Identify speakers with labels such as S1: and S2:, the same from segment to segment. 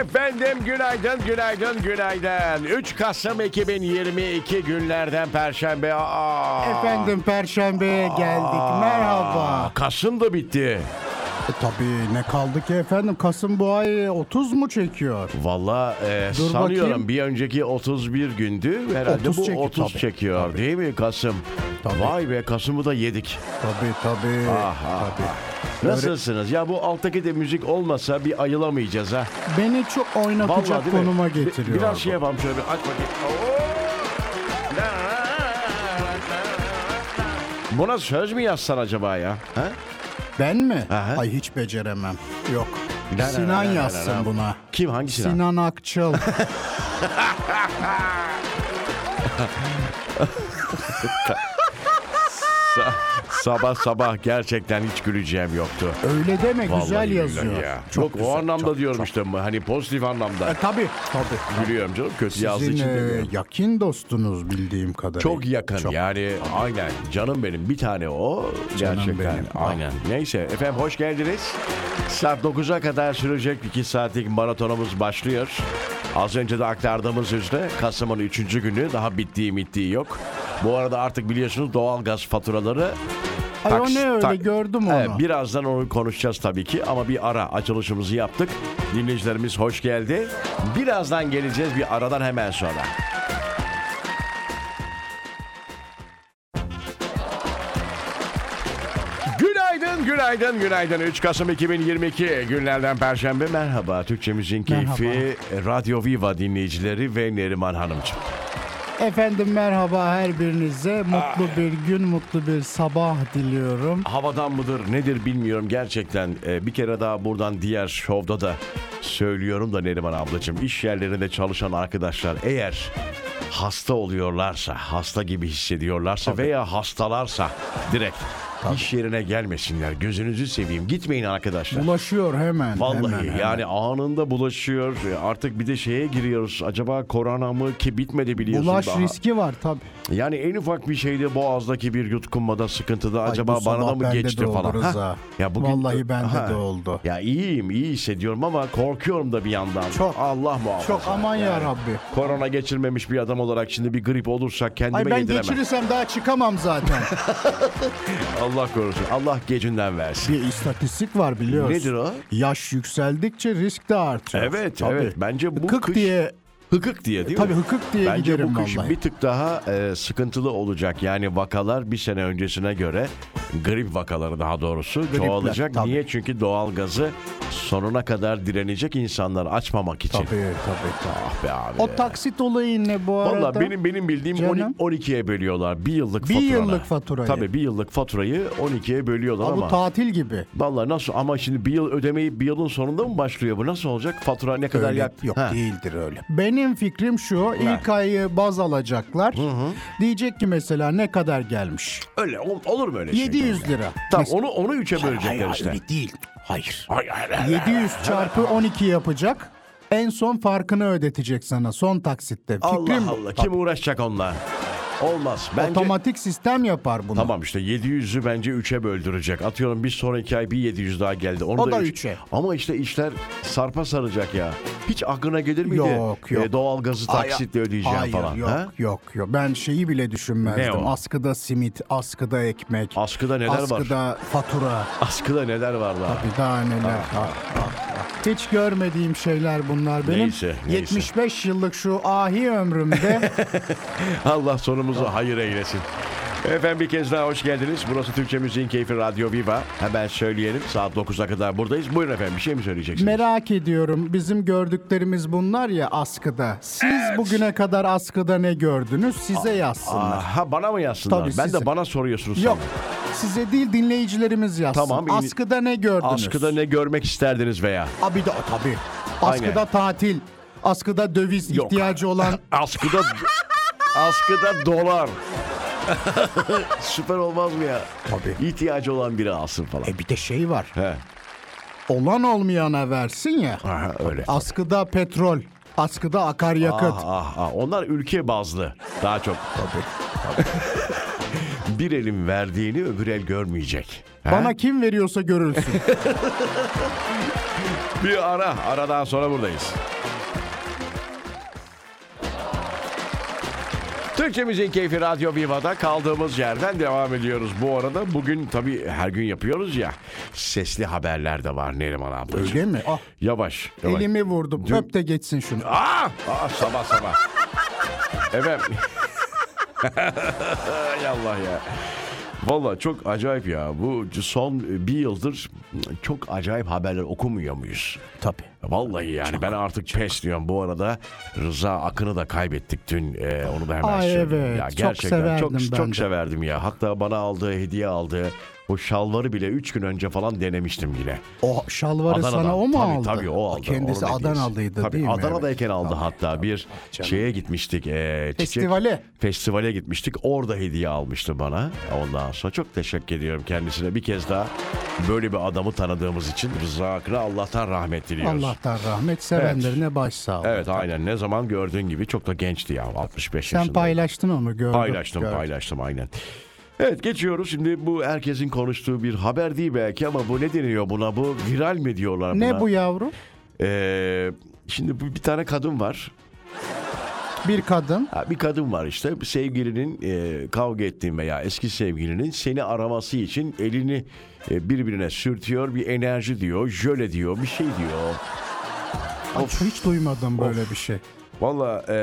S1: Efendim günaydın, günaydın, günaydın. 3 Kasım 2022 günlerden Perşembe. Aa,
S2: Efendim Perşembe'ye geldik. Merhaba.
S1: Aa, Kasım da bitti.
S2: E, tabii ne kaldı ki efendim? Kasım bu ay 30 mu çekiyor?
S1: Valla e,
S2: Dur
S1: sanıyorum
S2: bakayım.
S1: bir önceki 31 gündü. Herhalde
S2: 30
S1: bu
S2: çekti
S1: 30
S2: tabii,
S1: çekiyor değil mi Kasım?
S2: Tabii.
S1: Vay be Kasım'ı da yedik.
S2: Tabii tabii.
S1: Aha.
S2: tabii.
S1: Nasılsınız? Ya bu alttaki de müzik olmasa bir ayılamayacağız ha.
S2: Beni çok oynatacak
S1: Vallahi değil mi?
S2: konuma
S1: Bir-
S2: getiriyor.
S1: Biraz
S2: bu.
S1: şey yapalım şöyle bir aç bakayım. Buna söz mü yazsan acaba ya? Ha?
S2: Ben mi?
S1: Aha.
S2: Ay hiç beceremem. Yok.
S1: La la la la
S2: Sinan
S1: la la
S2: yazsın
S1: la.
S2: buna.
S1: Kim hangi Sinan?
S2: Sinan Akçıl.
S1: Sa- sabah sabah gerçekten hiç güleceğim yoktu.
S2: Öyle deme
S1: Vallahi
S2: güzel
S1: billahi
S2: yazıyor.
S1: Ya.
S2: Çok
S1: Yok,
S2: güzel,
S1: o anlamda
S2: çok,
S1: diyorum
S2: çok.
S1: işte hani pozitif anlamda.
S2: E, tabii tabii.
S1: Gülüyorum canım kötü yazdığı
S2: Sizin
S1: için
S2: e,
S1: demiyorum.
S2: yakın dostunuz bildiğim kadarıyla.
S1: Çok yakın
S2: Çok.
S1: yani aynen canım benim bir tane o gerçekten
S2: benim.
S1: aynen. Neyse efendim hoş geldiniz. Saat 9'a kadar sürecek 2 saatlik maratonumuz başlıyor. Az önce de aktardığımız üzere Kasım'ın 3. günü daha bittiği mittiği yok. Bu arada artık biliyorsunuz doğalgaz faturaları
S2: Ay o
S1: Taks-
S2: ne öyle
S1: tak-
S2: gördüm onu.
S1: Evet, birazdan onu konuşacağız tabii ki ama bir ara açılışımızı yaptık. Dinleyicilerimiz hoş geldi. Birazdan geleceğiz bir aradan hemen sonra. Günaydın, günaydın, günaydın. 3 Kasım 2022 günlerden Perşembe. Merhaba Türkçemizin keyfi Radyo Viva dinleyicileri ve Neriman Hanımcığım.
S2: Efendim merhaba her birinize. Mutlu
S1: Ah.
S2: bir gün, mutlu bir sabah diliyorum.
S1: havadan mıdır nedir bilmiyorum gerçekten. Ee, bir kere daha buradan diğer şovda da söylüyorum da Neriman ablacığım iş yerlerinde çalışan arkadaşlar eğer hasta oluyorlarsa, hasta gibi hissediyorlarsa veya hastalarsa direkt iş yerine gelmesinler. Gözünüzü seveyim. Gitmeyin arkadaşlar.
S2: Ulaşıyor hemen.
S1: Vallahi
S2: hemen, hemen.
S1: yani anında bulaşıyor. E, Artık bir de şeye giriyoruz. Acaba korona mı ki bitmedi biliyorsun
S2: Ulaş
S1: daha.
S2: riski var tabii.
S1: Yani en ufak bir şeyde boğazdaki bir yutkunmada sıkıntıda acaba
S2: bu
S1: bana da
S2: sabah
S1: mı
S2: bende
S1: geçti
S2: de oldu
S1: falan.
S2: Rıza.
S1: Ha,
S2: Vallahi bende
S1: Ha.
S2: de oldu.
S1: Ya iyiyim iyi hissediyorum ama korkuyorum da bir yandan.
S2: Çok.
S1: Allah muhafaza.
S2: Çok aman ya Rabbi.
S1: Korona geçirmemiş bir adam olarak şimdi bir grip olursak kendime
S2: Ay ben
S1: yediremem.
S2: geçirirsem daha çıkamam zaten.
S1: Allah korusun. Allah gecinden versin.
S2: bir istatistik var biliyorsun.
S1: Nedir o?
S2: Yaş yükseldikçe risk de artıyor.
S1: Evet
S2: Tabii.
S1: evet bence bu
S2: Hıkık
S1: kış
S2: diye
S1: hıkık diye değil
S2: tabii
S1: mi?
S2: hıkık diye
S1: Bence
S2: giderim
S1: bu kış
S2: vallahi.
S1: bir tık daha e, sıkıntılı olacak. Yani vakalar bir sene öncesine göre grip vakaları daha doğrusu çoğalacak.
S2: tabii.
S1: Niye? Çünkü doğal gazı sonuna kadar direnecek insanlar açmamak için.
S2: Tabii tabii. tabii.
S1: Ah be abi.
S2: O taksit olayı ne bu arada?
S1: Valla benim benim bildiğim
S2: Canım.
S1: 12 12'ye bölüyorlar. Bir yıllık
S2: Bir
S1: faturana.
S2: yıllık faturayı.
S1: Tabii bir yıllık faturayı 12'ye bölüyorlar
S2: Ha, bu
S1: ama.
S2: tatil gibi.
S1: Valla nasıl ama şimdi bir yıl ödemeyi bir yılın sonunda mı başlıyor bu? Nasıl olacak? Fatura ne kadar
S2: Öyle-
S1: yak?
S2: yok
S1: Ha.
S2: değildir öyle. Benim fikrim şu ilk ayı baz alacaklar. Diyecek ki mesela ne kadar gelmiş?
S1: Öyle ol- olur mu öyle şey?
S2: 700 lira.
S1: Tamam
S2: Mes-
S1: onu onu 3'e
S2: Hayır,
S1: bölecekler
S2: hayır,
S1: işte.
S2: öyle değil. Hayır.
S1: Hayır, hayır, hayır.
S2: 700 çarpı 12 yapacak. En son farkını ödetecek sana son taksitte.
S1: Allah
S2: Fikrim bu.
S1: Allah kim uğraşacak onunla? Olmaz. Bence
S2: Otomatik sistem yapar bunu.
S1: Tamam işte 700'ü bence 3'e böldürecek. Atıyorum bir sonraki ay bir 700 daha geldi. Onu
S2: O da
S1: üç-
S2: üçe.
S1: Ama işte işler sarpa saracak ya. Hiç aklına gelir miydi?
S2: Yok, yok.
S1: E, doğalgazı taksitle ödeyeceğim
S2: Hayır
S1: falan.
S2: yok
S1: ha?
S2: yok yok. Ben şeyi bile
S1: Ne
S2: düşünmezdim.
S1: o?
S2: Askıda simit, askıda ekmek.
S1: Askıda neler var?
S2: Askıda fatura.
S1: Askıda neler var daha?
S2: Bir daha neler. Ah, ah, ah. Hiç görmediğim şeyler bunlar benim.
S1: Neyse, neyse.
S2: 75 yıllık şu ahi ömrümde
S1: Allah sonumuzu hayır eylesin. Efendim bir kez daha hoş geldiniz. Burası Türkçe Müziğin Keyfi Radyo Viva. Hemen söyleyelim. Saat 9'a kadar buradayız. Buyurun efendim bir şey mi söyleyeceksiniz?
S2: merak ediyorum. Bizim gördüklerimiz bunlar ya askıda. Siz bugüne kadar askıda ne gördünüz?
S1: Ah,
S2: Size yazsınlar.
S1: Aha, bana mı yazsınlar?
S2: Tabii
S1: ben de
S2: size.
S1: bana soruyorsunuz.
S2: Yok. Size değil dinleyicilerimiz yazsın.
S1: Tamam, in-
S2: Askıda ne gördünüz?
S1: Askıda ne görmek isterdiniz veya?
S2: Aa, bir de o tabii. Askıda tatil. Askıda döviz
S1: Yok.
S2: ihtiyacı olan
S1: Askıda askıda dolar. Süper olmaz mı ya?
S2: Tabii.
S1: İhtiyacı olan biri alsın falan.
S2: E bir de şey var.
S1: He.
S2: Olan olmayana versin ya.
S1: Aha, öyle.
S2: Askıda petrol, askıda akaryakıt.
S1: Ah, ah, ah. Onlar ülke bazlı daha çok. bir elin verdiğini öbür el görmeyecek. He?
S2: Bana kim veriyorsa görülsün.
S1: Bir ara. Aradan sonra buradayız. Türkçe Müziğin Keyfi Radyo Viva'da kaldığımız yerden devam ediyoruz. Bu arada bugün tabii her gün yapıyoruz ya sesli haberler de var Neriman ablacığım.
S2: Öyle mi? Ah,
S1: Yavaş. yavaş.
S2: elimi vurdum. Öp de geçsin şunu.
S1: Aa! Aa sabah sabah. Efendim. Ay Allah ya. Valla çok acayip ya. Bu son bir yıldır çok acayip haberler okumuyor muyuz?
S3: Tabii.
S1: Vallahi yani ben artık pes diyorum. Bu arada Rıza Akın'ı da kaybettik dün. Ee, onu da hemen
S2: Ay
S1: söyleyeyim.
S2: evet,
S1: ya,
S2: çok
S1: gerçekten çok,
S2: severdim ben
S1: çok
S2: de.
S1: severdim ya. Hatta bana aldığı hediye aldığı o şalvarı bile 3 gün önce falan denemiştim yine.
S2: O şalvarı
S1: Adana'dan.
S2: sana o mu
S1: tabii,
S2: aldı?
S1: Tabii o aldı.
S2: Kendisi
S1: Onun hediyesi.
S2: Adanalıydı
S1: tabii,
S2: değil mi?
S1: Adana'dayken aldı hatta bir şeye gitmiştik. E, çiçek-
S2: Festivale.
S1: Festivale gitmiştik. Orada hediye almıştı bana. Ondan sonra çok teşekkür ediyorum kendisine. Bir kez daha böyle bir adamı tanıdığımız için Rıza Akın'a Allah'tan rahmet
S2: Evet.
S1: diliyoruz.
S2: Allah'tan rahmet sevenlerine başsağlığı.
S1: Evet aynen ne zaman gördüğün gibi çok da gençti ya 65
S2: Sen
S1: yaşında.
S2: paylaştın onu gördüm.
S1: Paylaştım
S2: gördüm.
S1: paylaştım aynen. Evet geçiyoruz şimdi bu herkesin konuştuğu bir haber değil belki ama bu ne deniyor buna bu viral mi diyorlar buna?
S2: Ne bu yavrum?
S1: Ee, şimdi bu bir tane kadın var.
S2: Bir kadın.
S1: Ha, bir kadın var işte. Bir Sevgilinin e, kavga ettiğin veya eski sevgilinin seni araması için elini e, birbirine sürtüyor. Bir enerji diyor, jöle diyor, bir şey diyor.
S2: Ay, hiç duymadım böyle bir şey.
S1: Valla e,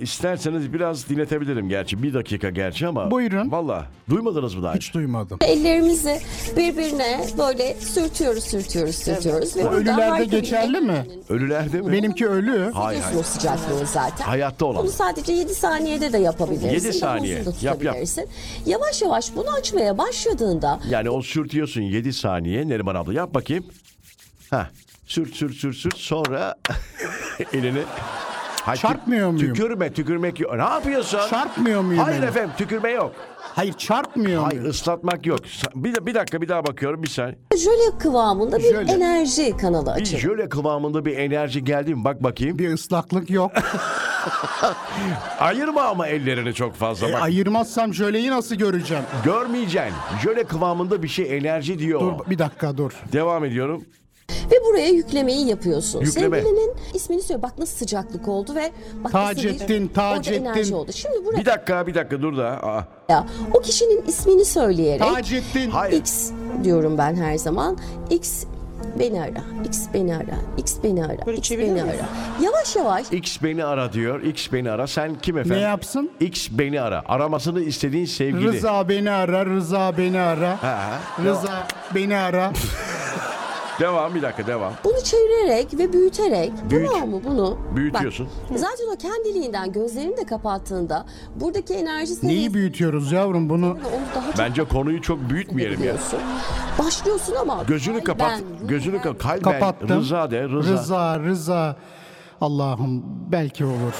S1: isterseniz biraz dinletebilirim gerçi. Bir dakika gerçi ama.
S2: Buyurun.
S1: Valla duymadınız mı daha önce?
S2: Hiç duymadım.
S4: Ellerimizi birbirine böyle sürtüyoruz, sürtüyoruz, sürtüyoruz. Ve burada
S2: Ölülerde
S4: harika bir
S2: geçerli mi?
S1: Ölülerde mi?
S2: Benimki ölü.
S1: Hayır hayır.
S4: Biliyorsunuz sıcaklığı zaten.
S1: Hayatta olan.
S4: Bunu sadece 7 saniyede de yapabilirsin.
S1: Yedi
S4: Daha
S1: saniye.
S4: uzun da
S1: Yap, yap.
S4: tutabilirsin. Yavaş yavaş bunu açmaya başladığında
S1: Yani o sürtüyorsun 7 saniye Neriman abla yap bakayım. Ha sürt sürt sürt sürt sonra elini Hayır,
S2: Çarpmıyor muyum?
S1: Tükürme tükürmek yok. Ne yapıyorsun?
S2: Çarpmıyor muyum
S1: Hayır
S2: elini?
S1: efendim tükürme yok.
S2: Hayır çarpmıyor
S1: Hayır
S2: muyum?
S1: ıslatmak yok. Sa- Bir, bir dakika bir daha bakıyorum bir saniye.
S4: jöle kıvamında bir
S2: Jöle.
S4: enerji kanalı
S1: Bir
S4: açılır.
S1: jöle kıvamında bir enerji geldi mi bak bakayım.
S2: Bir ıslaklık yok.
S1: Ayırma ama ellerini çok fazla
S2: E,
S1: bak.
S2: ayırmazsam jöleyi nasıl göreceğim?
S1: Görmeyeceksin. Jöle kıvamında bir şey enerji diyor.
S2: Dur bir dakika dur.
S1: Devam ediyorum.
S4: Ve buraya yüklemeyi yapıyorsun.
S1: Yükleme.
S4: Sevgilinin ismini söyle. Bak nasıl sıcaklık oldu ve bak nasıl bir-
S2: Taceddin,
S4: Orada
S2: Taceddin.
S4: enerji oldu. Şimdi buraya
S1: Bir dakika bir dakika dur da. Aa,
S4: o kişinin ismini söyleyerek
S2: Taceddin.
S1: hayır.
S4: X diyorum ben her zaman. X beni ara. X beni ara. X beni ara. X beni ara. Yavaş yavaş
S1: X beni ara diyor. X beni ara. Sen kim efendim?
S2: Ne yapsın?
S1: X beni ara. Aramasını istediğin sevgili.
S2: Rıza beni ara, Rıza beni ara.
S1: Ha,
S2: Rıza beni ara.
S1: Devam bir dakika devam.
S4: bunu çevirerek ve büyüterek
S1: Büyüt.
S4: tamam mı bunu?
S1: Büyütüyorsun.
S4: Bak, zaten o kendiliğinden gözlerini de kapattığında buradaki enerji
S2: Neyi
S4: seviyesi-
S2: büyütüyoruz yavrum bunu?
S4: onu daha çok
S1: Bence konuyu çok büyütmeyelim ya.
S4: biliyorsun. Başlıyorsun ama
S1: Gözünü
S4: kalben,
S1: kapat. Gözünü
S4: ruhen-
S1: kapat. Kalben.
S2: Kapattım.
S1: Rıza de. Rıza. Rıza.
S2: Rıza, Rıza. Allah'ım belki olur.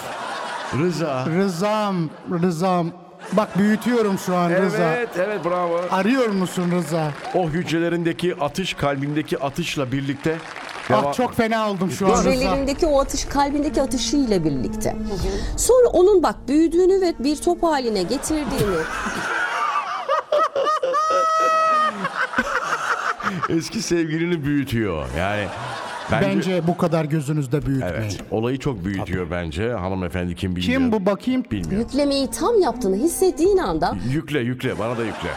S2: Rızam, Rızam. Bak büyütüyorum şu an Rıza.
S1: Evet, evet bravo.
S2: Arıyor musun Rıza?
S1: O hücrelerindeki atış, kalbindeki atışla birlikte devam-
S2: Ah çok fena oldum şu an Rıza.
S4: hücrelerindeki o atış, kalbindeki atışıyla birlikte. Sonra onun bak büyüdüğünü ve bir top haline getirdiğini
S1: eski sevgilini büyütüyor. Yani bence,
S2: Bence bu kadar gözünüzde büyütmeyin.
S1: evet. Olayı çok büyütüyor bence. Hanımefendi kim bilmiyor.
S2: Kim bu bakayım?
S1: Bilmiyorum.
S4: yüklemeyi tam yaptığını hissettiğin anda
S1: Yükle yükle bana da yükle.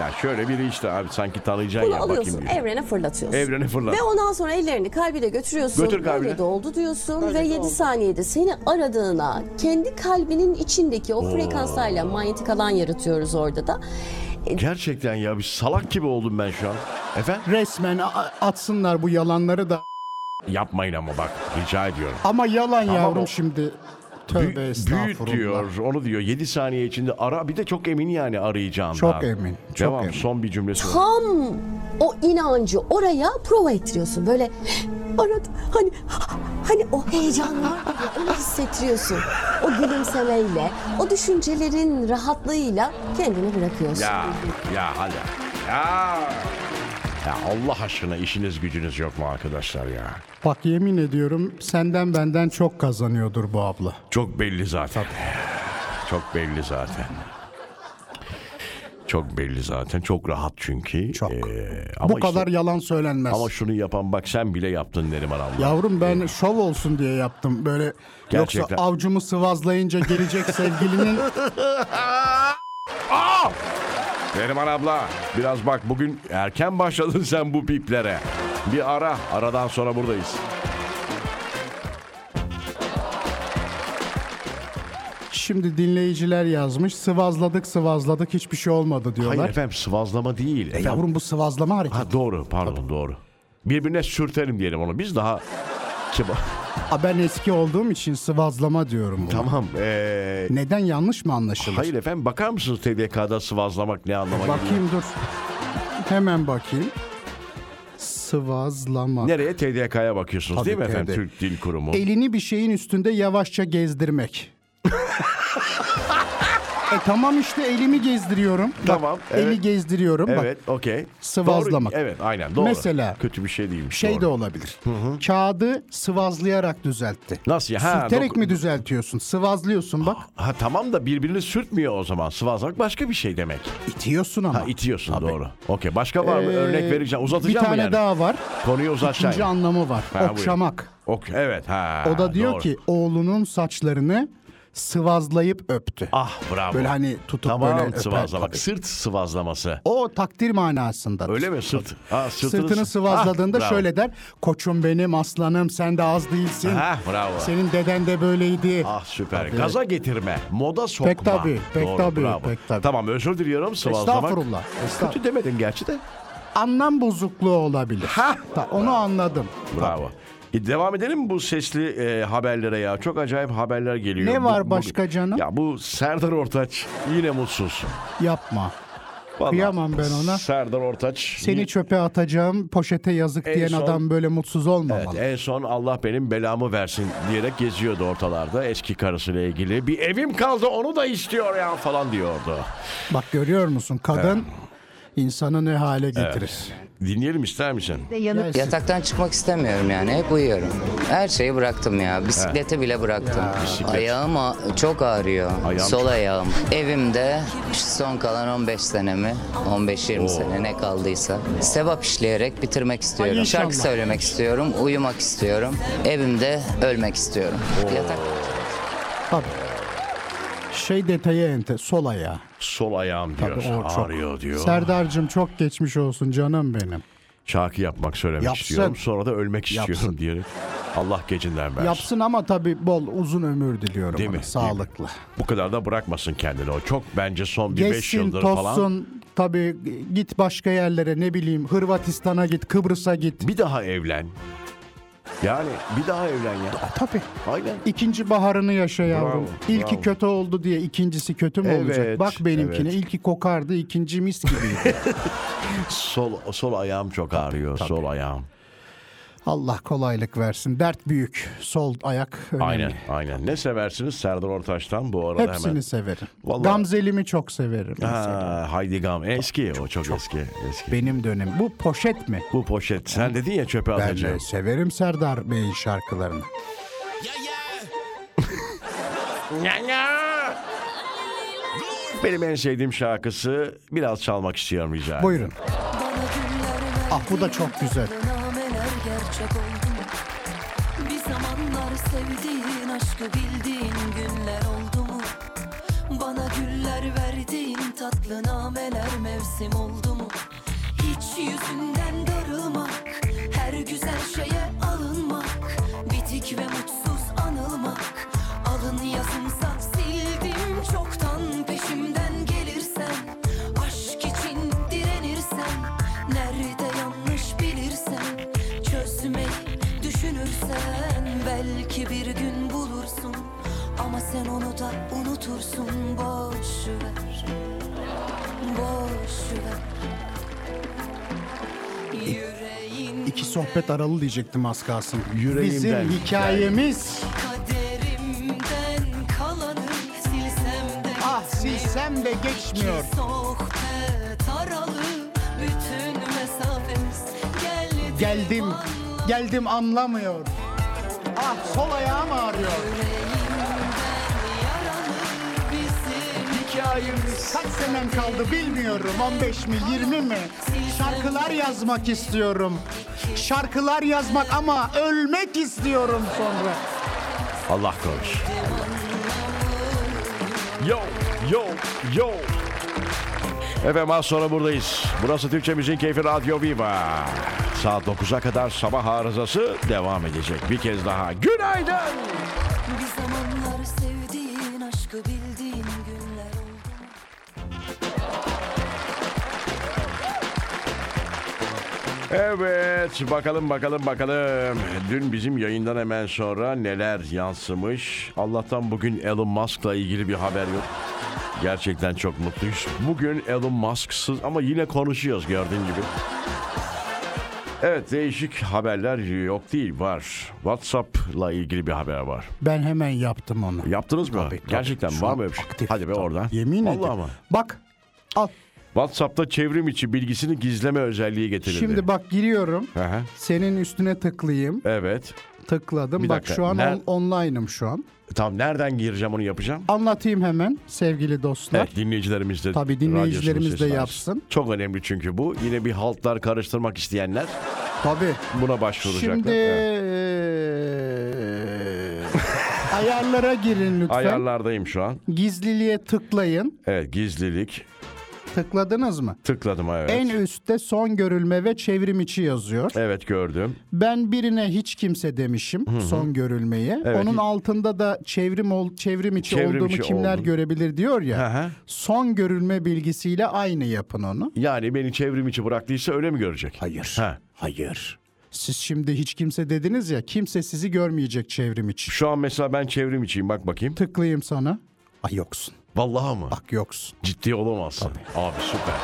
S1: Ya şöyle biri işte abi sanki tanıyacaksın
S4: bunu
S1: ya bakayım
S4: alıyorsun
S1: diyor.
S4: evrene fırlatıyorsun.
S1: Evrene fırlat.
S4: Ve ondan sonra ellerini kalbine götürüyorsun.
S1: Götür kalbine.
S4: Böyle de oldu diyorsun ve 7 saniyede seni aradığına kendi kalbinin içindeki o frekanslarla manyetik alan yaratıyoruz orada da.
S1: Gerçekten ya bir salak gibi oldum ben şu an. Efendim?
S2: Resmen a- atsınlar bu yalanları da.
S1: Yapmayın ama bak rica ediyorum.
S2: Ama yalan
S1: o-
S2: yavrum şimdi.
S1: Büyü-
S2: Tövbe
S1: büyüt
S2: estağfurullah.
S1: diyor. Onu diyor 7 saniye içinde ara. Bir de çok emin yani arayacağından.
S2: Çok emin, çok
S1: Devam.
S2: emin.
S1: Son bir cümlesi var.
S4: Tam o inancı oraya prova ettiriyorsun. Böyle aradı hani hani o heyecan var ya, onu hissettiriyorsun. O gülümsemeyle, o düşüncelerin rahatlığıyla kendini bırakıyorsun.
S1: Ya ya hadi. Ya. Ya Allah aşkına işiniz gücünüz yok mu arkadaşlar ya?
S2: Bak yemin ediyorum senden benden çok kazanıyordur bu abla.
S1: Çok belli zaten. Çok belli zaten. Çok belli zaten. Çok rahat çünkü.
S2: Çok.
S1: Ee, ama
S2: Bu
S1: işte-
S2: kadar yalan söylenmez.
S1: ama şunu yapan bak sen bile yaptın Neriman abla.
S2: Yavrum ben şov olsun diye yaptım. Böyle
S1: Gerçekten.
S2: yoksa avcumu sıvazlayınca gelecek sevgilinin
S1: Neriman abla biraz bak bugün erken başladın sen bu piplere. Bir ara. Aradan sonra buradayız.
S2: şimdi dinleyiciler yazmış. Sıvazladık sıvazladık hiçbir şey olmadı diyorlar.
S1: Hayır efendim sıvazlama değil. Efendim-
S2: Yavrum bu sıvazlama hareketi.
S1: Ha doğru pardon doğru. Birbirine sürtelim diyelim onu. Biz daha kibar.
S2: Ha, ben eski olduğum için sıvazlama diyorum. buna.
S1: tamam. ee,
S2: Neden yanlış mı anlaşılır?
S1: hayır efendim bakar mısınız TDK'da sıvazlamak ne anlama geliyor?
S2: Bakayım dur. Hemen bakayım. Sıvazlama.
S1: Nereye? TDK'ya bakıyorsunuz
S2: Tabii,
S1: değil mi efendim?
S2: TD.
S1: Türk Dil Kurumu.
S2: Elini bir şeyin üstünde yavaşça gezdirmek. e tamam işte elimi gezdiriyorum. Bak,
S1: Tamam,
S2: Eli
S1: evet.
S2: gezdiriyorum. Bak,
S1: Evet, okey.
S2: Sıvazlamak.
S1: Doğru, evet, aynen doğru.
S2: Mesela-
S1: kötü bir şey değilmiş.
S2: şey
S1: doğru.
S2: de olabilir. Kağıdı sıvazlayarak düzeltti.
S1: Nasıl ya? Ha,
S2: Sürterek
S1: doku-
S2: mi düzeltiyorsun? Sıvazlıyorsun bak.
S1: Ha tamam da birbirini sürtmüyor o zaman. Sıvazlamak başka bir şey demek.
S2: İtiyorsun ama.
S1: Ha itiyorsun doğru. Okey. Başka var mı?
S2: Ee,
S1: Örnek vereceğim.
S2: Bir
S1: Uzatacağım mı
S2: tane
S1: yani?
S2: daha var.
S1: Konuyu uzatacağım.
S2: İkinci anlamı var.
S1: Ha, buyurun.
S2: Okşamak.
S1: Okey. Evet ha.
S2: O da diyor
S1: doğru.
S2: ki oğlunun saçlarını sıvazlayıp öptü.
S1: Ah bravo.
S2: Böyle hani tutup
S1: tamam,
S2: böyle öper
S1: sıvazlamak.
S2: tabii.
S1: Sırt sıvazlaması.
S2: O takdir manasındadır.
S1: Öyle mi sırt? Ha, sırtını,
S2: Sırtını sıvazladığında
S1: Ah, bravo.
S2: şöyle der. Koçum benim aslanım sen de az değilsin.
S1: Ha, bravo.
S2: Senin deden de böyleydi.
S1: Ah süper. Gaza getirme. Moda sokma.
S2: Pek tabii, pek
S1: Doğru,
S2: tabii,
S1: bravo.
S2: pek tabii.
S1: Tamam özür diliyorum sıvazlamak.
S2: Estağfurullah, estağfurullah.
S1: Kötü demedim gerçi de.
S2: Anlam bozukluğu olabilir.
S1: Ha!
S2: Ta- onu anladım.
S1: Bravo. E, devam edelim mi bu sesli e, haberlere ya. Çok acayip haberler geliyor.
S2: Ne
S1: Bu-
S2: var
S1: bu-
S2: başka canım?
S1: Ya bu Serdar Ortaç yine mutsuz.
S2: Yapma.
S1: Vallahi
S2: Kıyamam ben ona.
S1: Serdar Ortaç.
S2: Seni çöpe atacağım, poşete yazık
S1: En
S2: diyen
S1: son-
S2: adam böyle mutsuz
S1: Evet,
S2: olmamalı.
S1: en son Allah benim belamı versin diyerek geziyordu ortalarda eski karısıyla ilgili. Bir evim kaldı onu da istiyor ya falan diyordu.
S2: Bak görüyor musun? Kadın insanı ne hale getirir.
S1: Dinleyelim ister misin?
S3: de yanık
S2: Gelsin.
S3: yataktan çıkmak istemiyorum yani. Hep uyuyorum. Her şeyi bıraktım ya. Bisiklete bile bıraktım.
S1: bisiklet.
S3: Ayağım a- çok ağrıyor.
S1: Ayağım
S3: Sol
S1: çok-
S3: ayağım. Evimde şu son kalan 15 senemi, 15-20 sene ne kaldıysa sevap işleyerek bitirmek istiyorum.
S2: Ay
S3: Şarkı
S2: inşallah.
S3: söylemek istiyorum, uyumak istiyorum. Evimde ölmek istiyorum. Yatak
S2: Tabii. Şey detayı ente, sol ayağı.
S1: Sol ayağım diyor.
S2: Tabii, o çok-
S1: Ağrıyor diyor.
S2: Serdar'cığım çok geçmiş olsun canım benim.
S1: Şarkı yapmak söylemek
S2: Yapsın.
S1: istiyorum. Sonra da ölmek
S2: Yapsın.
S1: istiyorum diyerek. Allah gecinden versin.
S2: Yapsın ama tabii bol uzun ömür diliyorum.
S1: Değil
S2: ona,
S1: mi?
S2: Sağlıklı.
S1: Bu kadar da bırakmasın kendini. O çok bence son bir 5
S2: Geçsin,
S1: yıldır falan.
S2: tozsun. Tabii git başka yerlere ne bileyim Hırvatistan'a git, Kıbrıs'a git.
S1: Bir daha evlen. Yani bir daha evlen ya.
S2: Tabii.
S1: Aynen.
S2: İkinci baharını yaşa yavrum. İlki
S1: bravo.
S2: kötü oldu diye ikincisi kötü mü
S1: Evet,
S2: olacak? Bak benimkine.
S1: evet.
S2: ilki kokardı, ikinci mis gibiydi.
S1: Sol sol ayağım çok ağrıyor. Sol ayağım.
S2: Allah kolaylık versin. Dert büyük. Sol ayak önemli.
S1: Aynen, aynen. Ne seversiniz Serdar Ortaç'tan bu arada
S2: Hepsini
S1: hemen?
S2: severim.
S1: Vallahi-
S2: Gamzelimi çok severim.
S1: Ha, Haydi Gam. Eski o çok, eski. eski.
S2: Benim dönem. Bu poşet mi?
S1: Bu poşet. Sen dedin ya çöpe
S2: Ben de
S1: atacağım.
S2: severim Serdar Bey'in şarkılarını.
S1: Benim en sevdiğim şarkısı biraz çalmak istiyorum rica ederim.
S2: Buyurun. Ah, bu da çok güzel.
S5: Nameler gerçek oldu. Bir zamanlar sevdiğin aşkı bildiğin günler oldu mu? Bana güller verdiğin tatlı nameler mevsim oldu mu? Hiç yüzünden darılmak, her güzel şeye alınmak, bitik ve mutsuz anılmak. Alın yazımsa sildim çoktan peşimden gelirsen, aşk için direnirsen, nerede yanlış bilirsen, çözmeyi düşünürsen belki bir gün bulursun. Ama sen onu da unutursun boş ver. Boş ver. Yüreğin
S2: İki sohbet aralı diyecektim az kalsın.
S1: Yüreğimden.
S2: Bizim hikayemiz.
S5: kaderimden kalanı silsem de
S2: Ah
S5: gitmiyor.
S2: silsem de geçmiyor.
S5: İki sohbet taralı bütün mesafemiz geldi.
S2: Geldim. Geldim anlamıyor. Ah sol ayağım ağrıyor.
S5: Yüreğimden yaralı bizim hayırlısı
S2: Kaç senem kaldı bilmiyorum 15 mi 20 mi? Şarkılar yazmak istiyorum. Şarkılar yazmak ama ölmek istiyorum sonra.
S1: Allah korusun. Yo, yo, yo. Efendim az sonra buradayız. Burası Türkçe Müziğin Keyfi Radyo Viva. Saat 9'a kadar sabah arızası devam edecek. Bir kez daha günaydın.
S5: Bir zamanlar sevdiğin aşkı bildiğin günler oldu
S1: Evet bakalım bakalım bakalım. Dün bizim yayından hemen sonra neler yansımış. Allah'tan bugün Elon Musk'la ilgili bir haber yok. Gerçekten çok mutluyuz. Bugün Elon Musk'sız ama yine konuşuyoruz gördüğün gibi. Evet değişik haberler yok değil var. WhatsApp'la ilgili bir haber var.
S2: Ben hemen yaptım onu.
S1: Yaptınız mı?
S2: Tabii, tabii.
S1: Gerçekten
S2: Şu
S1: var
S2: an
S1: mı öyle bir şey?
S2: aktif.
S1: Hadi be
S2: Tabii.
S1: oradan.
S2: Yemin
S1: Vallahi
S2: ederim.
S1: ama.
S2: Bak al.
S1: WhatsApp'ta çevrim içi bilgisini gizleme özelliği getirildi.
S2: Şimdi bak giriyorum.
S1: Hı hı.
S2: Senin üstüne tıklayayım.
S1: Evet.
S2: Tıkladım.
S1: Bir
S2: bak
S1: dakika,
S2: şu an
S1: ner-
S2: on- online'ım şu an.
S1: Tamam nereden gireceğim onu yapacağım?
S2: Anlatayım hemen sevgili dostlar.
S1: Evet dinleyicilerimiz de
S2: Tabii, dinleyicilerimiz
S1: radyosunu
S2: de
S1: seslensin.
S2: yapsın.
S1: Çok önemli çünkü bu. Yine bir haltlar karıştırmak isteyenler
S2: Tabii.
S1: buna başvuracaklar.
S2: Şimdi
S1: Evet.
S2: eee, ayarlara girin lütfen.
S1: Ayarlardayım şu an.
S2: Gizliliğe tıklayın.
S1: Evet gizlilik.
S2: Tıkladınız mı?
S1: Tıkladım evet.
S2: En üstte son görülme ve çevrim içi yazıyor.
S1: Evet gördüm.
S2: Ben birine hiç kimse demişim son görülmeyi.
S1: Evet.
S2: Onun altında da çevrim ol çevrim içi
S1: Çevrim
S2: olduğumu
S1: içi
S2: kimler
S1: oldun.
S2: görebilir diyor ya.
S1: Hı hı.
S2: Son görülme bilgisiyle aynı yapın onu.
S1: Yani beni çevrim içi bıraktıysa öyle mi görecek?
S2: Hayır.
S1: Ha.
S2: Hayır. Siz şimdi hiç kimse dediniz ya kimse sizi görmeyecek çevrim içi.
S1: Şu an mesela ben çevrim içiyim bak bakayım.
S2: Tıklayayım sana. Ay yoksun.
S1: Vallahi mı?
S2: Bak yoksun.
S1: Ciddi olamazsın. Abi süper.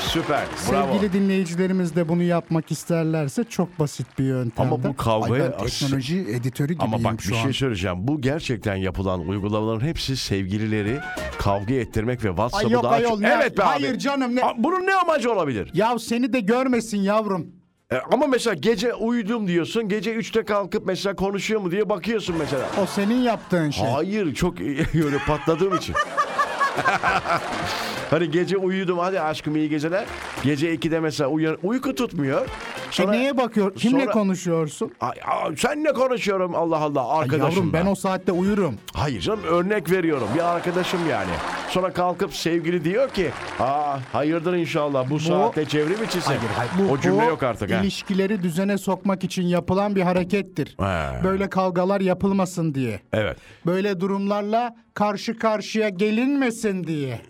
S1: Süper. Bravo.
S2: Sevgili dinleyicilerimiz de bunu yapmak isterlerse çok basit bir yöntem.
S1: Ama bu kavgaya
S2: Ay ben teknoloji editörü gibiyim
S1: Ama bak bir
S2: şu
S1: şey
S2: an.
S1: söyleyeceğim. Bu gerçekten yapılan uygulamaların hepsi sevgilileri kavga ettirmek ve WhatsApp'ı
S2: Ay yok,
S1: daha
S2: ayol,
S1: çok...
S2: ne-
S1: evet be abi.
S2: hayır canım, ne-
S1: A- Bunun ne amacı olabilir?
S2: Ya seni de görmesin yavrum.
S1: E, ama mesela gece uyudum diyorsun. Gece 3'te kalkıp mesela konuşuyor mu diye bakıyorsun mesela.
S2: O senin yaptığın şey.
S1: Hayır çok öyle patladığım için. hani gece uyudum hadi aşkım iyi geceler. Gece 2'de mesela uyan, uyku tutmuyor.
S2: e neye bakıyor? Kimle
S1: sonra-
S2: konuşuyorsun?
S1: Ay, ay, senle konuşuyorum Allah Allah
S2: Ay
S1: arkadaşımla.
S2: Yavrum ben o saatte uyurum.
S1: Hayır canım örnek veriyorum bir arkadaşım yani. Sonra kalkıp sevgili diyor ki aa hayırdır inşallah bu, saatte çevrim içisin.
S2: Bu-
S1: o cümle
S2: bu
S1: yok artık. ha.
S2: İlişkileri düzene sokmak için yapılan bir harekettir.
S1: He.
S2: Böyle kavgalar yapılmasın diye.
S1: Evet.
S2: Böyle durumlarla karşı karşıya gelinmesin diye.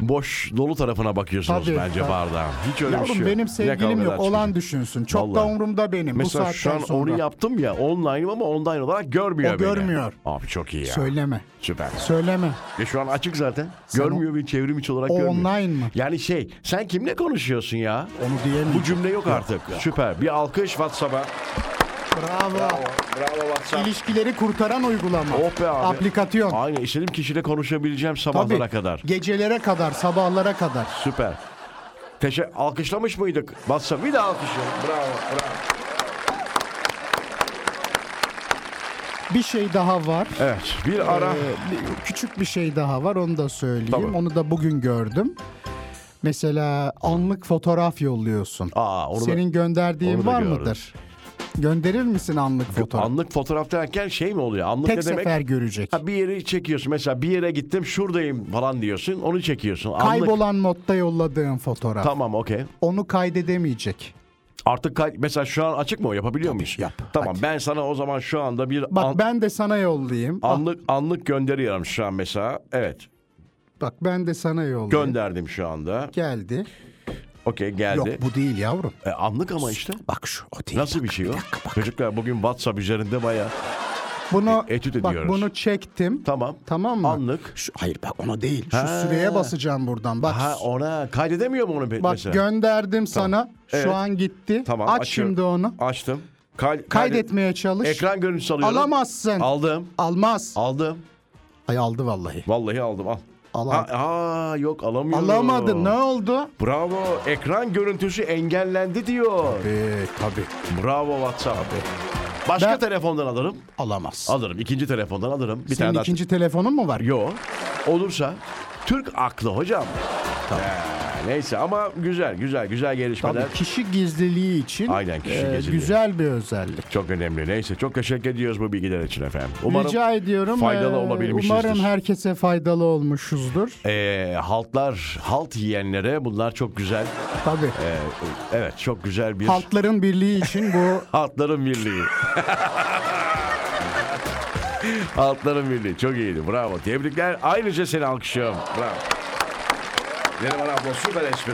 S1: Boş dolu tarafına bakıyorsunuz
S2: Tabii,
S1: bence
S2: tabii.
S1: bardağın. Hiç öyle bir şey yok.
S2: Yavrum benim
S1: Ne
S2: sevgilim
S1: kavgalar
S2: yok.
S1: çıkacak.
S2: Olan düşünsün. Çok da
S1: Vallahi.
S2: umurumda benim bu
S1: Mesela
S2: saatten
S1: şu an
S2: sonra.
S1: onu yaptım ya online'ım ama online olarak görmüyor
S2: O
S1: beni.
S2: görmüyor.
S1: Abi çok iyi ya.
S2: Söyleme.
S1: Süper.
S2: Söyleme.
S1: Ya şu an açık zaten.
S2: Sen
S1: görmüyor bir çevrim içi olarak
S2: O
S1: görmüyor.
S2: online mı?
S1: Yani şey sen kimle konuşuyorsun ya?
S2: Onu diyemeyeceğim.
S1: Bu cümle yok artık. Süper. Bir alkış WhatsApp'a.
S2: Bravo.
S1: Bravo WhatsApp.
S2: İlişkileri kurtaran uygulama.
S1: Oh be abi.
S2: Aplikasyon.
S1: Aynen istediğim kişiyle konuşabileceğim sabahlara
S2: Tabii.
S1: kadar.
S2: Gecelere kadar, sabahlara kadar.
S1: Süper. Teşe alkışlamış mıydık? WhatsApp bir daha alkışlayalım. Bravo, bravo.
S2: Bir şey daha var.
S1: Evet, bir ara.
S2: Ee, bir- küçük bir şey daha var onu da söyleyeyim.
S1: Tabii.
S2: Onu da bugün gördüm. Mesela anlık fotoğraf yolluyorsun.
S1: Aa, onu da-
S2: Senin
S1: onu
S2: gönderdiğin
S1: da
S2: var
S1: gördüm.
S2: mıdır? Gönderir misin anlık fotoğraf?
S1: Anlık fotoğraf derken şey mi oluyor? Anlık
S2: Tek
S1: ne demek?
S2: sefer görecek.
S1: Ha, bir yeri çekiyorsun. Mesela bir yere gittim, şuradayım falan diyorsun. Onu çekiyorsun. Anlık-
S2: Kaybolan modda yolladığın fotoğraf.
S1: Tamam, okey.
S2: Onu kaydedemeyecek.
S1: Artık kay- mesela şu an açık mı? o? Yapabiliyor muyuz?
S2: yap.
S1: Tamam, ben sana o zaman şu anda bir
S2: Bak
S1: an-
S2: ben de sana yollayayım. Ah,
S1: anlık anlık gönderiyorum şu an mesela. Evet,
S2: bak ben de sana yollayayım.
S1: gönderdim şu anda.
S2: Geldi.
S1: Okey, geldi.
S2: Yok bu değil yavrum.
S1: E, anlık ama işte.
S2: Bak şu o değil.
S1: Nasıl bir şey o? Çocuklar bugün WhatsApp üzerinde bayağı
S2: Bunu
S1: E- etüt
S2: bak
S1: ediyoruz.
S2: bunu çektim.
S1: tamam.
S2: Tamam mı?
S1: Anlık.
S2: Şu, hayır bak ona değil. Şu
S1: Ha.
S2: süreye basacağım buradan. Bak.
S1: Ha ona kaydedemiyor mu onu pe-
S2: Bak
S1: mesela?
S2: gönderdim sana.
S1: Evet.
S2: Şu an gitti.
S1: Tamam,
S2: Aç
S1: açıyorum.
S2: şimdi onu.
S1: Açtım. Kay-
S2: Kaydetmeye çalış.
S1: Ekran görüntüsü alıyorum.
S2: Alamazsın.
S1: Aldım.
S2: Almaz.
S1: Aldım.
S2: Ay aldı vallahi.
S1: Vallahi aldım al.
S2: Alamadı.
S1: Ha, ha, yok alamıyorum.
S2: Alamadı. Ne oldu?
S1: Bravo. Ekran görüntüsü engellendi diyor.
S2: Ee, tabii.
S1: Bravo WhatsApp. Başka
S2: Ben-
S1: telefondan alırım.
S2: Alamaz.
S1: Alırım. İkinci telefondan alırım. Bir
S2: Senin
S1: tane
S2: ikinci telefonun mu var?
S1: daha. Yo. Olursa Türk aklı hocam. Ee, neyse ama güzel güzel güzel gelişmeler.
S2: Tabii kişi gizliliği için e,
S1: Aynen, kişi gizliliği.
S2: güzel bir özellik.
S1: Çok önemli. Neyse çok teşekkür ediyoruz bu bilgiler için efendim. Umarım
S2: Rica ediyorum.
S1: faydalı
S2: e,
S1: olabilmişizdir.
S2: Umarım herkese faydalı olmuşuzdur.
S1: Ee, haltlar, halt yiyenlere bunlar çok güzel.
S2: Tabii.
S1: Ee, evet çok güzel bir
S2: Halkların birliği için bu
S1: Haltların Birliği. Haltların Birliği. Çok iyiydi. Bravo. Tebrikler. Ayrıca seni alkışlıyorum. Bravo. Neriman abla süper espri.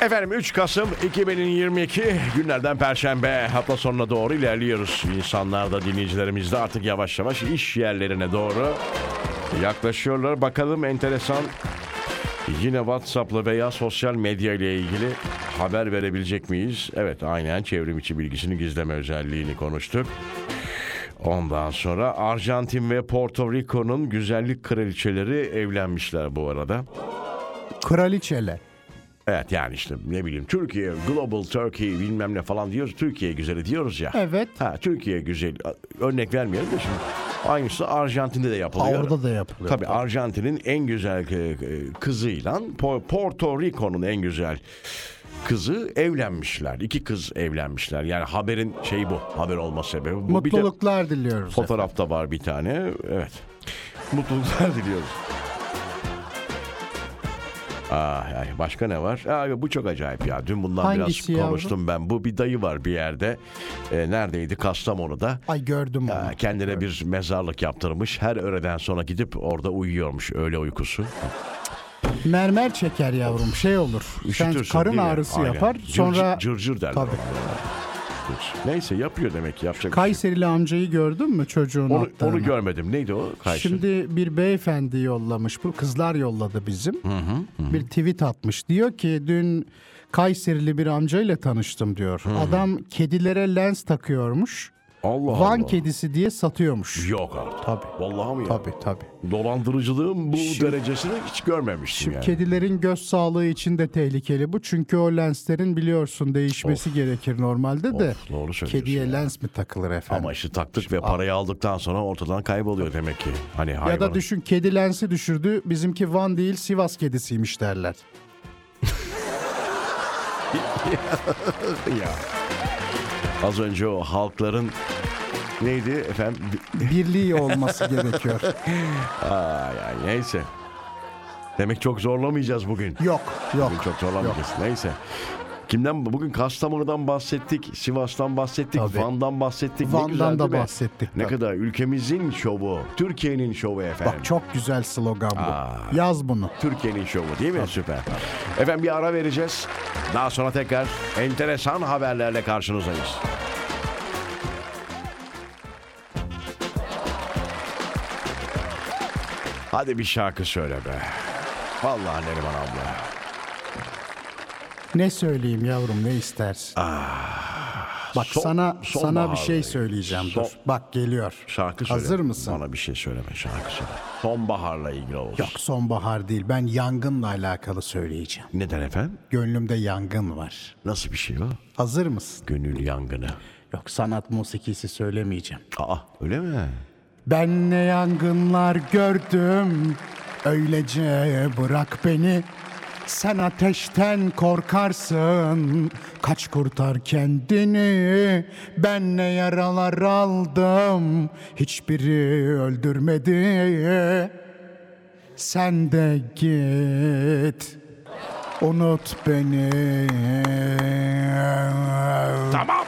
S1: Efendim 3 Kasım 2022 günlerden Perşembe hafta sonuna doğru ilerliyoruz. İnsanlar da dinleyicilerimiz de artık yavaş yavaş iş yerlerine doğru yaklaşıyorlar. Bakalım enteresan Yine WhatsApp'la veya sosyal medya ile ilgili haber verebilecek miyiz? Evet, aynen çevrim içi bilgisini gizleme özelliğini konuştuk. Ondan sonra Arjantin ve Porto Rico'nun güzellik kraliçeleri evlenmişler bu arada.
S2: kraliçele.
S1: Evet yani işte ne bileyim Türkiye, Global Turkey bilmem ne falan diyoruz. Türkiye güzeli diyoruz ya.
S2: Evet.
S1: Ha Türkiye güzeli. Örnek vermeyelim de şimdi. Aynısı Arjantin'de de
S2: Ha,
S1: yapılıyor.
S2: Orada da yapılıyor.
S1: Tabii Arjantin'in en güzel e, e, kızıyla Po- Porto Rico'nun en güzel kızı evlenmişler. İki kız evlenmişler. Yani haberin şey bu. Haber olma sebebi bu. Bir de
S2: Mutluluklar diliyoruz.
S1: fotoğrafta var bir tane. Evet. Mutluluklar diliyoruz. Ay, ay, başka ne var? Abi bu çok acayip ya. Dün bundan
S2: Hangisi
S1: biraz
S2: yavrum?
S1: konuştum ben. Bu bir dayı var bir yerde. E, neredeydi? Kastamonu'da.
S2: Ay gördüm onu.
S1: Ha, Kendine bir mezarlık yaptırmış. Her öğleden sonra gidip orada uyuyormuş öğle uykusu.
S2: Mermer çeker yavrum şey olur. Sen
S1: Üşütürsün
S2: karın
S1: değil mi?
S2: ağrısı
S1: Aynen.
S2: yapar.
S1: Cırcır-
S2: Sonra
S1: cırcır derler.
S2: Tabii.
S1: ona. Neyse yapıyor demek ki, yapacak. bir şey yok.
S2: Kayserili amcayı gördün mü çocuğun
S1: Onu,
S2: attığını?
S1: onu görmedim. Neydi o? Kayseri.
S2: Şimdi bir beyefendi yollamış. Bu kızlar yolladı bizim. Bir tweet atmış. Diyor ki dün Kayserili bir amcayla tanıştım diyor. Adam kedilere lens takıyormuş.
S1: Allah
S2: Van
S1: Allah.
S2: kedisi diye satıyormuş.
S1: Yok artık.
S2: Tabii.
S1: Vallahi mi ya?
S2: Tabii tabii.
S1: Dolandırıcılığın bu
S2: Şimdi-
S1: derecesini hiç görmemiştim
S2: Şimdi
S1: yani.
S2: kedilerin göz sağlığı için de tehlikeli bu. Çünkü o lenslerin biliyorsun değişmesi gerekir normalde de.
S1: Of, doğru söylüyorsun
S2: Kediye
S1: ya.
S2: lens mi takılır efendim?
S1: Ama işte taktık ve parayı aldıktan sonra ortadan kayboluyor demek ki. Hani
S2: ya da
S1: hayvanın-
S2: düşün kedi lensi düşürdü. Bizimki Van değil Sivas kedisiymiş derler.
S1: ya. Az önce o halkların neydi efendim?
S2: Birliği olması gerekiyor.
S1: Ay ay neyse. Demek çok zorlamayacağız bugün.
S2: Yok yok.
S1: Bugün çok zorlamayacağız. Neyse. Kimden bugün Kastamonu'dan bahsettik, Sivas'tan bahsettik,
S2: Tabii.
S1: Van'dan bahsettik. Ne
S2: Van'dan
S1: güzel
S2: da
S1: değil mi?
S2: bahsettik,
S1: Ne
S2: tabii.
S1: kadar ülkemizin şovu, Türkiye'nin şovu efendim.
S2: Bak çok güzel slogan bu.
S1: Ah.
S2: Yaz bunu.
S1: Türkiye'nin şovu değil mi? Süper. Efendim bir ara vereceğiz. Daha sonra tekrar enteresan haberlerle karşınızdayız. Hadi bir şarkı söyle be. Vallahi Neriman abla.
S2: Ne söyleyeyim yavrum ne istersin? Bak
S1: Ah. son-
S2: sana sana bir
S1: sonbahar
S2: şey
S1: rengi.
S2: söyleyeceğim
S1: Son-
S2: dur. Bak geliyor.
S1: Şarkı söyle.
S2: Hazır mısın?
S1: Bana bir şey söyleme şarkı söyle. Sonbaharla ilgili olsun.
S2: Yok sonbahar değil. Ben yangınla alakalı söyleyeceğim.
S1: Neden efendim?
S2: Gönlümde yangın var.
S1: Nasıl bir şey o?
S2: Hazır mısın?
S1: Gönül yangını.
S2: Yok sanat musikisi söylemeyeceğim.
S1: Aa öyle mi?
S2: Ben ne yangınlar gördüm. Öylece bırak beni. Sen ateşten korkarsın. Kaç kurtar kendini. Ben ne yaralar aldım. Hiçbiri öldürmedi. Sen de git. Unut beni.
S1: Tamam.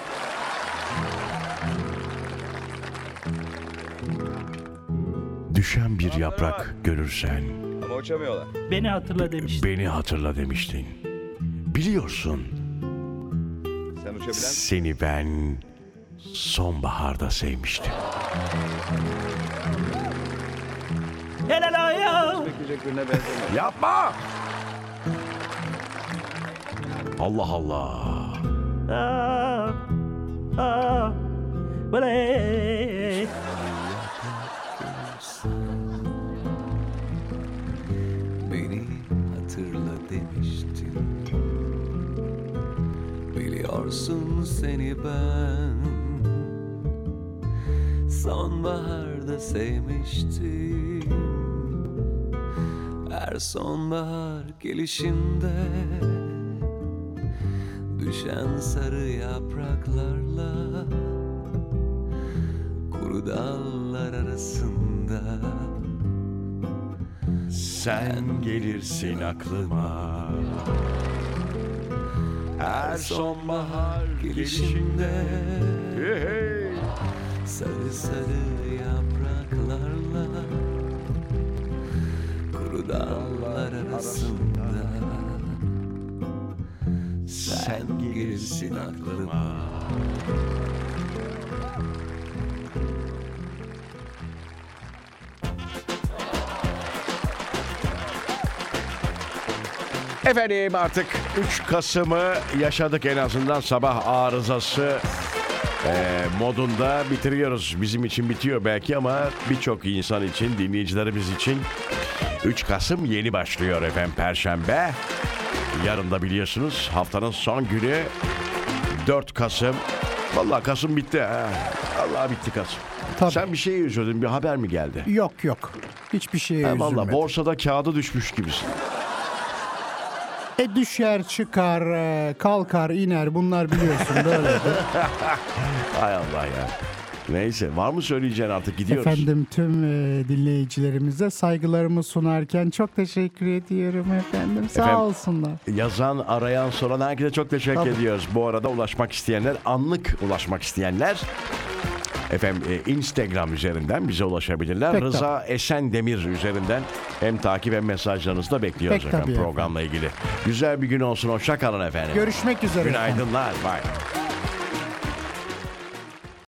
S1: Düşen bir yaprak görürsen
S6: Ama uçamıyorlar.
S7: Beni hatırla demişti.
S1: beni hatırla demiştin. Biliyorsun
S6: Sen uçabilen misin?
S1: seni ben sonbaharda sevmiştim.
S7: Helal ayağı.
S6: Bekleyecek birine benzemiyor.
S1: Yapma! Allah Allah.
S7: Aa, aa, böyle.
S8: beni hatırla demiştin Sanıyorsun seni ben Sonbaharda sevmiştim Her sonbahar gelişinde Düşen sarı yapraklarla Kuru dallar arasında
S1: Sen gelirsin aklıma Her sonbahar gelişinde Hey, hey.
S8: Sarı sarı yapraklarla Kuru dallar arasında
S1: Sen gelirsin aklıma Efendim artık 3 Kasım'ı yaşadık en azından sabah arızası eee, modunda bitiriyoruz. Bizim için bitiyor belki ama birçok insan için, dinleyicilerimiz için 3 Kasım yeni başlıyor efendim Perşembe. Yarın da biliyorsunuz haftanın son günü 4 Kasım. Vallahi Kasım bitti ha. Allah bitti Kasım.
S2: Tabii.
S1: Sen bir şeye üzüldün, bir haber mi geldi?
S2: Yok yok. Hiçbir şeye
S1: Ha, E, vallahi
S2: üzülmedim.
S1: borsada kağıdı düşmüş gibisin.
S2: E düşer, çıkar, e, kalkar, iner. Bunlar biliyorsun böyledir.
S1: Hay Allah ya. Neyse var mı söyleyeceğin artık gidiyoruz.
S2: efendim tüm e, dinleyicilerimize saygılarımı sunarken çok teşekkür ediyorum efendim. Sağ
S1: Efendim,
S2: olsunlar.
S1: Yazan, arayan, soran herkese çok teşekkür
S2: Tabii.
S1: ediyoruz. Bu arada ulaşmak isteyenler, anlık ulaşmak isteyenler efendim e, Instagram üzerinden bize ulaşabilirler.
S2: Pek
S1: Rıza Esen Demir üzerinden hem takip hem mesajlarınızı da bekliyoruz
S2: Pek
S1: efendim
S2: tabii
S1: programla ilgili. Güzel bir gün olsun. Hoşça kalın efendim.
S2: Görüşmek üzere. efendim.
S1: Günaydınlar. Bye.